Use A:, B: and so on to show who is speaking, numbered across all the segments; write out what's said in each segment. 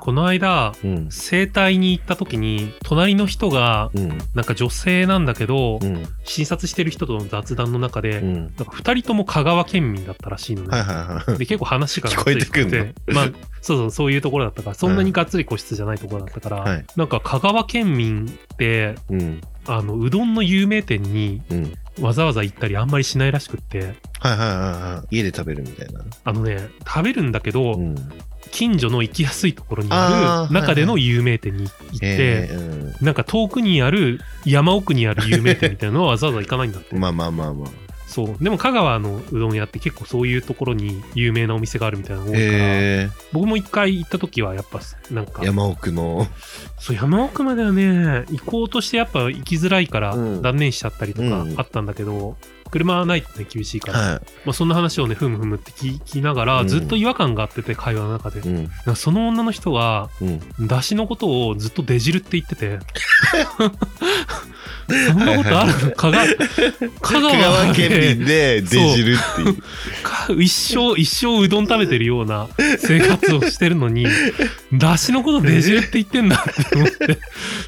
A: この間、
B: うん。
A: 整体に行った時に、隣の人が、
B: うん。
A: なんか女性なんだけど、
B: うん。
A: 診察してる人との雑談の中で、
B: うん。
A: なんか二人とも香川県民だったらしいのね。
B: はいはいはい。
A: で、結構話が
B: 聞こえてくんの
A: がっつり してまあ、そうそう、そういうところだったから、そんなにがっつり個室じゃないところだったから、
B: はい
A: なんか香川県民って、
B: うん。
A: あの、うどんの有名店に
B: うん。
A: わざわざ行ったりあんまりしないらしくって、
B: はいはいはいはい。家で食べるみたいな。
A: あのね、食べるんだけど、
B: うん。
A: 近所の行きやすいところに
B: あ
A: あ
B: ー
A: る中での有名店に行って、
B: ええうん
A: なんか遠くにある山奥にある有名店みたいなのはわざわざ行かないんだって。
B: まあまあまあまあ。
A: そう。でも香川のうどん屋って結構そういうところに有名なお店があるみたいなのが多いから、
B: え
A: 僕も一回行った時はやっぱなんか
B: え、山奥の。
A: そう山奥まではね行こうとしてやっぱ行きづらいから
B: うん
A: 断念しちゃったりとか
B: うん
A: あったんだけど、車はないとね厳しいから、
B: は
A: まあ、そんな話をねふむふむって聞きながら、
B: うん
A: ずっと違和感があってて会話の中で、
B: い。うん。
A: なんかその女の人は
B: うん。
A: 出汁のことをずっと出汁って言っててそんなことあるの香川香
B: 香
A: 川
B: 川
A: で
B: 県民で出汁っていう。
A: か一生一生うどん食べてるような生活をしてるのに出汁のこと出汁って言ってんだって思って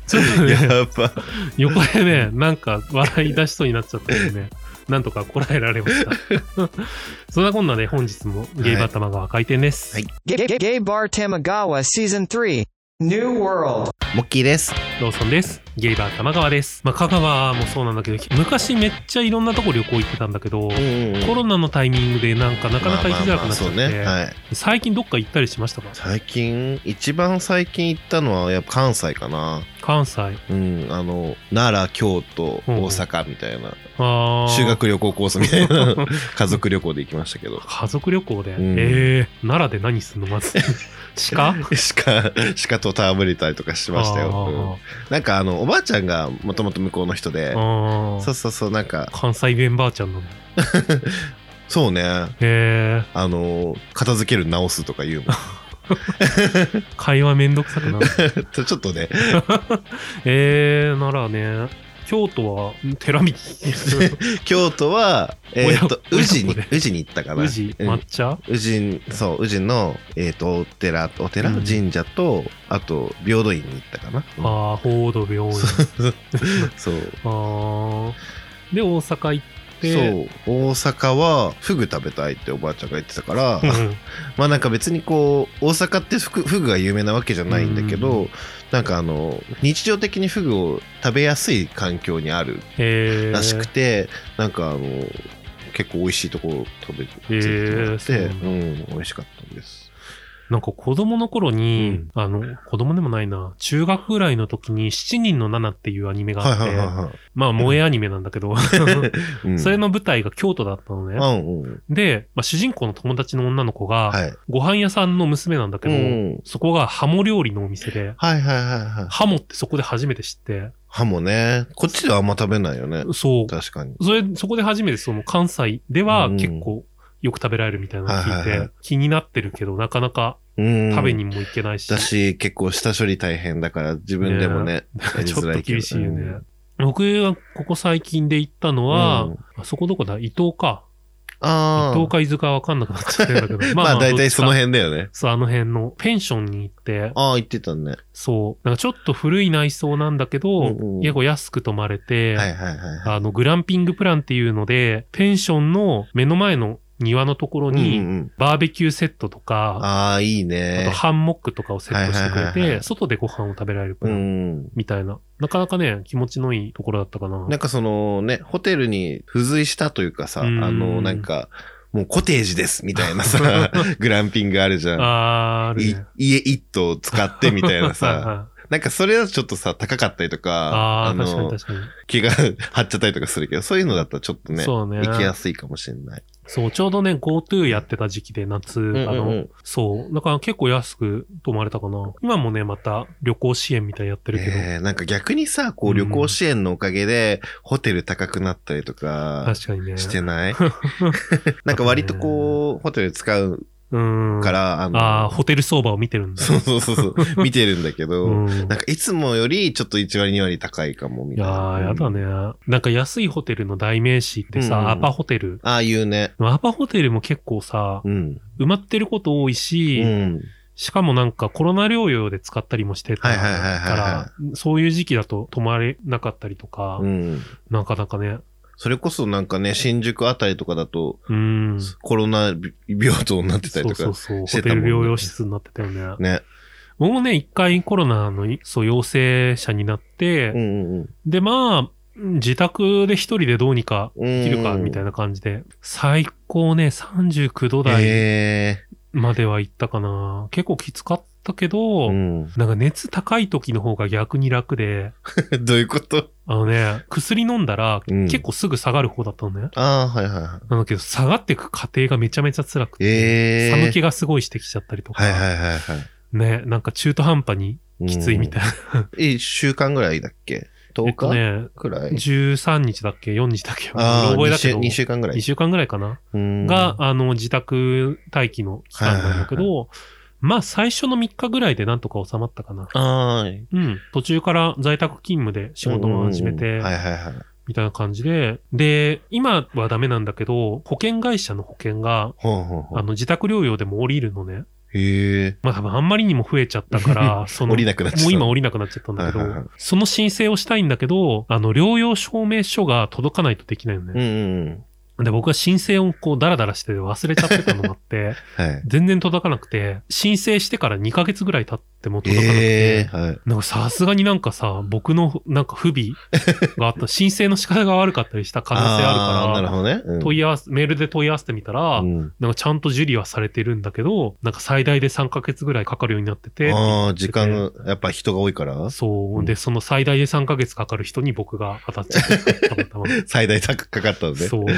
A: ちょっとね
B: やっぱ。
A: 横でねなんか笑い出しそうになっちゃったけどねなんとかこらえられましたそんなこんなで本日もゲイバー玉川開店です、
B: はい
C: Gay, Gay, Gay Bar Tamagawa Season 3 New World
B: モッキーです。
A: ローソンですゲイバー玉川ですまあ香川もそうなんだけど昔めっちゃいろんなとこ旅行行ってたんだけど、
B: うん
A: コロナのタイミングでなんかな
B: な
A: かなか行きづらくなっちゃ
B: そ
A: っ
B: う
A: て、
B: ね。はい。
A: 最近どっか行ったりしましたか
B: 最近、一番最近行ったのは、やっぱ関西かな。
A: 関西
B: うん。あの、奈良、京都、
A: うん
B: 大阪みたいな。
A: あー
B: 修学旅行コースみた いな。家族旅行で行きましたけど。
A: 家族旅行で、
B: うん
A: えー、奈良で何すんの まず鹿
B: 鹿、鹿と戯れたりとかしましたよ。うん
A: あ
B: なんかあの、おばあちゃんがもともと向こうの人で
A: ー、あー
B: そうそうそう、なんか、
A: 関西弁ばあちゃんなの
B: そうね、
A: え
B: あの、片付ける直すとか言う
A: ー、会話めんどくさくなる
B: の。 ちょっとね、
A: えー、奈良ね京都は寺 見
B: 京都は、えっ、と、
A: 親親
B: 宇
A: 子
B: 治に
A: で、
B: 宇治に行ったかな。
A: 宇治
B: うん
A: 抹茶、
B: 宇治、そう、宇治の、えっ、と、お寺、お寺、
A: うん
B: 神社と、あと、平等院に行ったかな。うん
A: ああ報道病院
B: そう。
A: あーで大阪行って
B: そう、大阪は、フグ食べたいっておばあちゃんが言ってたから、
A: うん
B: まあなんか別にこう大阪ってフグフグが有名なわけじゃないんだけど、
A: うん
B: なんかあの日常的にフグを食べやすい環境にある
A: えー、
B: らしくて、なんかあの結構美味しいところ食べて
A: へー
B: 連れて
A: そう
B: も
A: な
B: らって、
A: ん
B: うん、美味しかったんです。
A: なんか子供の頃に、
B: うん
A: あの、子供でもないな、中学ぐらいの時に、七人の七っていうアニメが
B: は
A: あ
B: い
A: って、
B: はいはいはい
A: まあ、萌えアニメなんだけど、
B: う ん。
A: それの舞台が京都だったの
B: う
A: ね。
B: んうん
A: で、まあ、主人公の友達の女の子が、
B: はい。
A: ご飯屋さんの娘なんだけ
B: う
A: ど、
B: ん。
A: そこがハモ料理のお店で、
B: はいはいはいはい。
A: ハモってそこで初めて知って、
B: 歯もね、こっちではあんま食べないよね。
A: そう、
B: 確かに。
A: それ、そこで初めてその関西では
B: うん
A: 結構よく食べられるみたいなのを聞い
B: はいはいは
A: て
B: い、
A: 気になってるけど、なかなか
B: うん。
A: 食べにも行けないし、
B: だし、結構下処理大変だから、自分でもね、やり
A: ちょっ
B: づら
A: と
B: いけど
A: 厳しいよね。僕はここ最近で行ったのは、
B: うん
A: あそこどこだ伊東か。
B: あ
A: 伊
B: あ。
A: 東か伊豆かわかんなくなっちゃったんだけど。
B: まあ、大体その。
A: どっちか
B: 辺だよね。
A: そう、あの辺のペンションに行って、
B: ああ、言ってたね。
A: そう、なんかちょっと古い内装なんだけど、
B: うんうん
A: 結構安く泊まれて、
B: はいはいはいはい。
A: あの、グランピングプランっていうので、ペンションの目の前の庭のところに、
B: うんうん
A: バーベキューセットとか、
B: ああ、いい
A: あと
B: ね。
A: ハンモックとかをセットしてくれ
B: はいはいはいは
A: て、外でご飯を食べられるプ
B: う
A: ラン
B: ん。
A: みたいな。なかなかね、気持ちのいいところだったかな。
B: なんかそのね、ホテルに付随したというかさ、あ
A: うん
B: の、なんか、もうコテージですみたいな さ、グランピングあるじゃん。
A: あーある
B: い
A: ね。
B: 家一棟使ってみたいな
A: はい
B: さ、
A: はい
B: なんかそれはちょっとさ、高かったりとか、
A: ああ、確かに
B: の、
A: 確かに。
B: 気が張っちゃったりとかするけど、そういうのだったらちょっとね、
A: そうね
B: 行きやすいかもしれない。
A: そう、ちょうどね、GoTo やってた時期で夏、あ
B: うんうんう
A: の
B: ん、
A: そう。だから結構安く泊まれたかな。今もね、また旅行支援みたいやってるけど。
B: えー、なんか逆にさ、こ
A: う
B: う、
A: ん
B: 旅行支援のおかげで、ホテル高くなったりとか、
A: 確かにね。
B: してない なんか割とこう、ホテル使う
A: うん。。
B: からら、あの、
A: ああ、ホテル相場を見てるんだ。
B: そうそうそう そう、見てるんだけど、
A: うん。
B: なんかいつもよりちょっと1割2割高いかも、み
A: い
B: たい
A: や
B: な。
A: ー、やだ
B: ね。
A: ね。なんか安いホテルの代名詞って
B: うんうん
A: さ、アパホテル。
B: ああいうね。
A: アパホテルも結構さ、
B: うん。
A: 埋まってること多いうし、
B: ん。
A: しかもなんかコロナ療養で使ったりもしてたか
B: はいはいはいはいは
A: ら、そういう時期だと泊まれなかったりとか、
B: うん。
A: なかなかね、
B: それこそなんかね、新宿あたりとかだと、
A: うん。
B: コロナ病棟になってたり
A: そうそう
B: とか。
A: そう、ホ
B: して
A: テ
B: たもんね
A: ル療養室になってたよね。
B: ね。
A: 僕もね、一回コロナのそう陽性者になって、
B: うんうんうん。
A: で、まあ、自宅で一人でどうにか
B: で
A: できるか、みたいな感じで、最高ね、39度台
B: へ
A: までは行ったかな。結構きつかったけ
B: え
A: ど、
B: うん。
A: なんか熱高い時の方が逆に楽で、
B: どういうこと
A: あのね、薬飲んだら
B: うん
A: 結構すぐ下がる方だったのね。
B: ああ、はいはいはい。
A: なんだけど、下がっていく過程がめちゃめちゃ辛くて、
B: ええ
A: 寒気がすごいしてきちゃったりとか、
B: はいはいはいはい
A: ね、なんか中途半端に
B: うん。
A: きついみたいな。
B: え、1週間ぐらいだっけ
A: えっ
B: ?10
A: と
B: 日
A: ね、
B: くらい、
A: 13日だっけ ?4 日だっけ
B: ああ、
A: 覚えだけど、
B: 2週間ぐらい
A: 2。週間ぐらいかな。
B: うん
A: が、、あの、自宅待機の期間なんだけ
B: はい
A: ど、まあ、最初の3日ぐらいでなんとか収まったかな。
B: ああ、
A: うん。途中から在宅勤務で仕事も始め
B: うんう
A: て
B: ん、はいはいはい。
A: みたいな感じで、で、今はダメなんだけど、保険会社の保険が、
B: ほうほうほ
A: あ
B: う。
A: の、自宅療養でも降りるのね。
B: へえ。
A: まあ、多分あんまりにも増えちゃった から、その、
B: 降りなくなっちゃった。
A: もう今降りなくなっちゃったんだけど
B: はいはいはい、
A: その申請をしたいんだけど、あの、療養証明書が届かないとできないよ
B: うん
A: ね。
B: うんうん。
A: で、僕は申請をこう、ダラダラしてて忘れちゃってたのもあって、
B: はい。
A: 全然届かなくて、申請してから2ヶ月ぐらい経っても届かなくて、
B: ええはい。
A: なんかさすがになんかさ、僕のなんか不備があ った、申請の仕方が悪かったりした可能性あるか
B: ーなる
A: ら、
B: ほどね。うん
A: 問い合わせ、メールで問い合わせてみたら、
B: うん
A: なんかちゃんと受理はされてるんだけど、なんか最大で3ヶ月ぐらいかかるようになってて、
B: ああ、時間が、やっぱ人が多いから、
A: そうう。
B: ん
A: で、その最大で3ヶ月かかる人に僕が当たっちゃった。た またま。
B: 最大高かかったのね。
A: そう。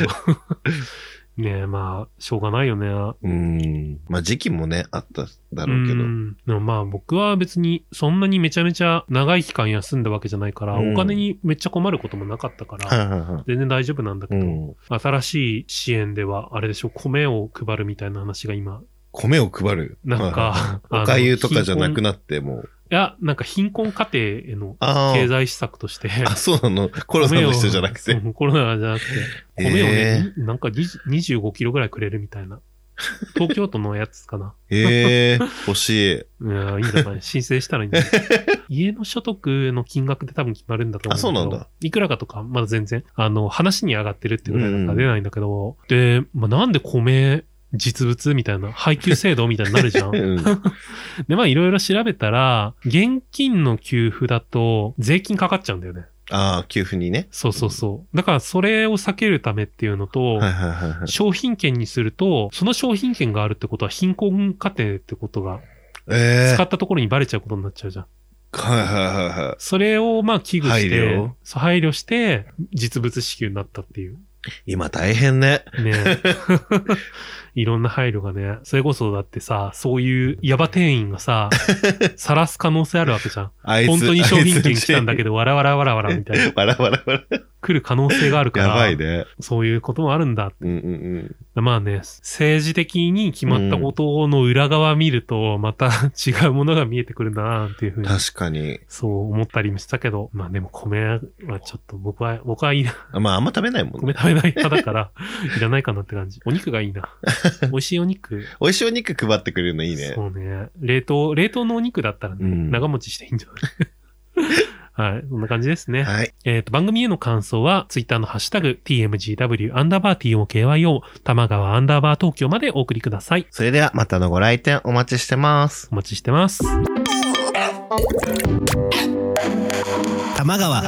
A: ねえ、まあ、しょうがないよね。
B: うん。まあ時期もね、あっただ
A: う
B: ろうけど。
A: ん。でもまあ僕は別にそんなにめちゃめちゃ長い期間休んだわけじゃないから、
B: うん
A: お金にめっちゃ困ることもなかったから、
B: はいはいはい。
A: 全然大丈夫なんだけ
B: う
A: ど、
B: ん。
A: 新しい支援ではあれでしょ、米を配るみたいな話が今、
B: 米を配る。
A: なん
B: はいはい、
A: か、
B: おかゆとかじゃなく
A: い
B: なって、もう。
A: や、なんか貧困家庭への
B: あ
A: 経
B: あ。
A: 済施策として、
B: あ、そうなのコロナの人じゃなくて。
A: 米をそうコロナじゃなくて、米を
B: え
A: ね、なんか20 25キロぐらいくれるみたいな。東京都のやつかな。
B: ええ欲 しい。
A: いやいいんじゃ ない申請したらいいんじゃない家の所得の金額で多分決まるんだと思うけど。
B: あそうなんだ。
A: いくらかとか、まだ全然、あの、話に上がってるっていうぐらいなんか出ないんだけど、で、まあ、なんで米、実物みたいな、配給制度みたいになる じゃん。
B: うん。
A: で、まあ、いろいろ調べたら、現金の給付だと、税金かかっちゃうんだよね。
B: ああ、給付にね。
A: そうそうそう。だから、それを避けるためっていうのと、
B: はいはいはいはい。
A: 商品券にすると、その商品券があるってことは貧困家庭ってことが、
B: ええ
A: 使ったところにバレちゃうことになっちゃうじゃん。
B: はいはいはいは
A: それをまあ危惧して、配
B: 配慮
A: 慮そう配慮して、実物支給になったっていう。
B: い。今大変ね。
A: ねいろんな配慮がね、それこそだってさ、そういうヤバ店員が さ、晒す可能性あるわけじゃん。
B: あいつ
A: 本当に商品券来たんだ
B: け
A: けど、わらわらわらわらみたいな。
B: ど。わらわらわら。
A: 来る可能性があるから、
B: やばいね。
A: そういうこともあるんだ。
B: うんうんうん。
A: まあね、政治的に決まったことの裏側見ると、また違うものが見えてくるんだな、っていうふうに。
B: 確かに。
A: そう思ったりもしたけど、まあでも米はちょっと僕は、僕はいいな、
B: あまあ、あんま食べないもん
A: 米
B: ね。
A: 食べない派だから、いらないかなって感じ。お肉がいい な。美味しいお肉。
B: 美味しいお肉配ってくれるのいいね。
A: そうね。冷凍、冷凍のお肉だったらね、
B: うん
A: 長持ちしていいんじゃ ないはい。そんな感じですね。
B: はい。
A: えっ、と、番組への感想は、ツイッターのハッシュタグ、tmgw アンダーバー tokyo、玉川アンダーバー東京までお送りください。
B: それでは、またのご来店お待ちしてます。
A: お待ちしてます。
B: 玉川。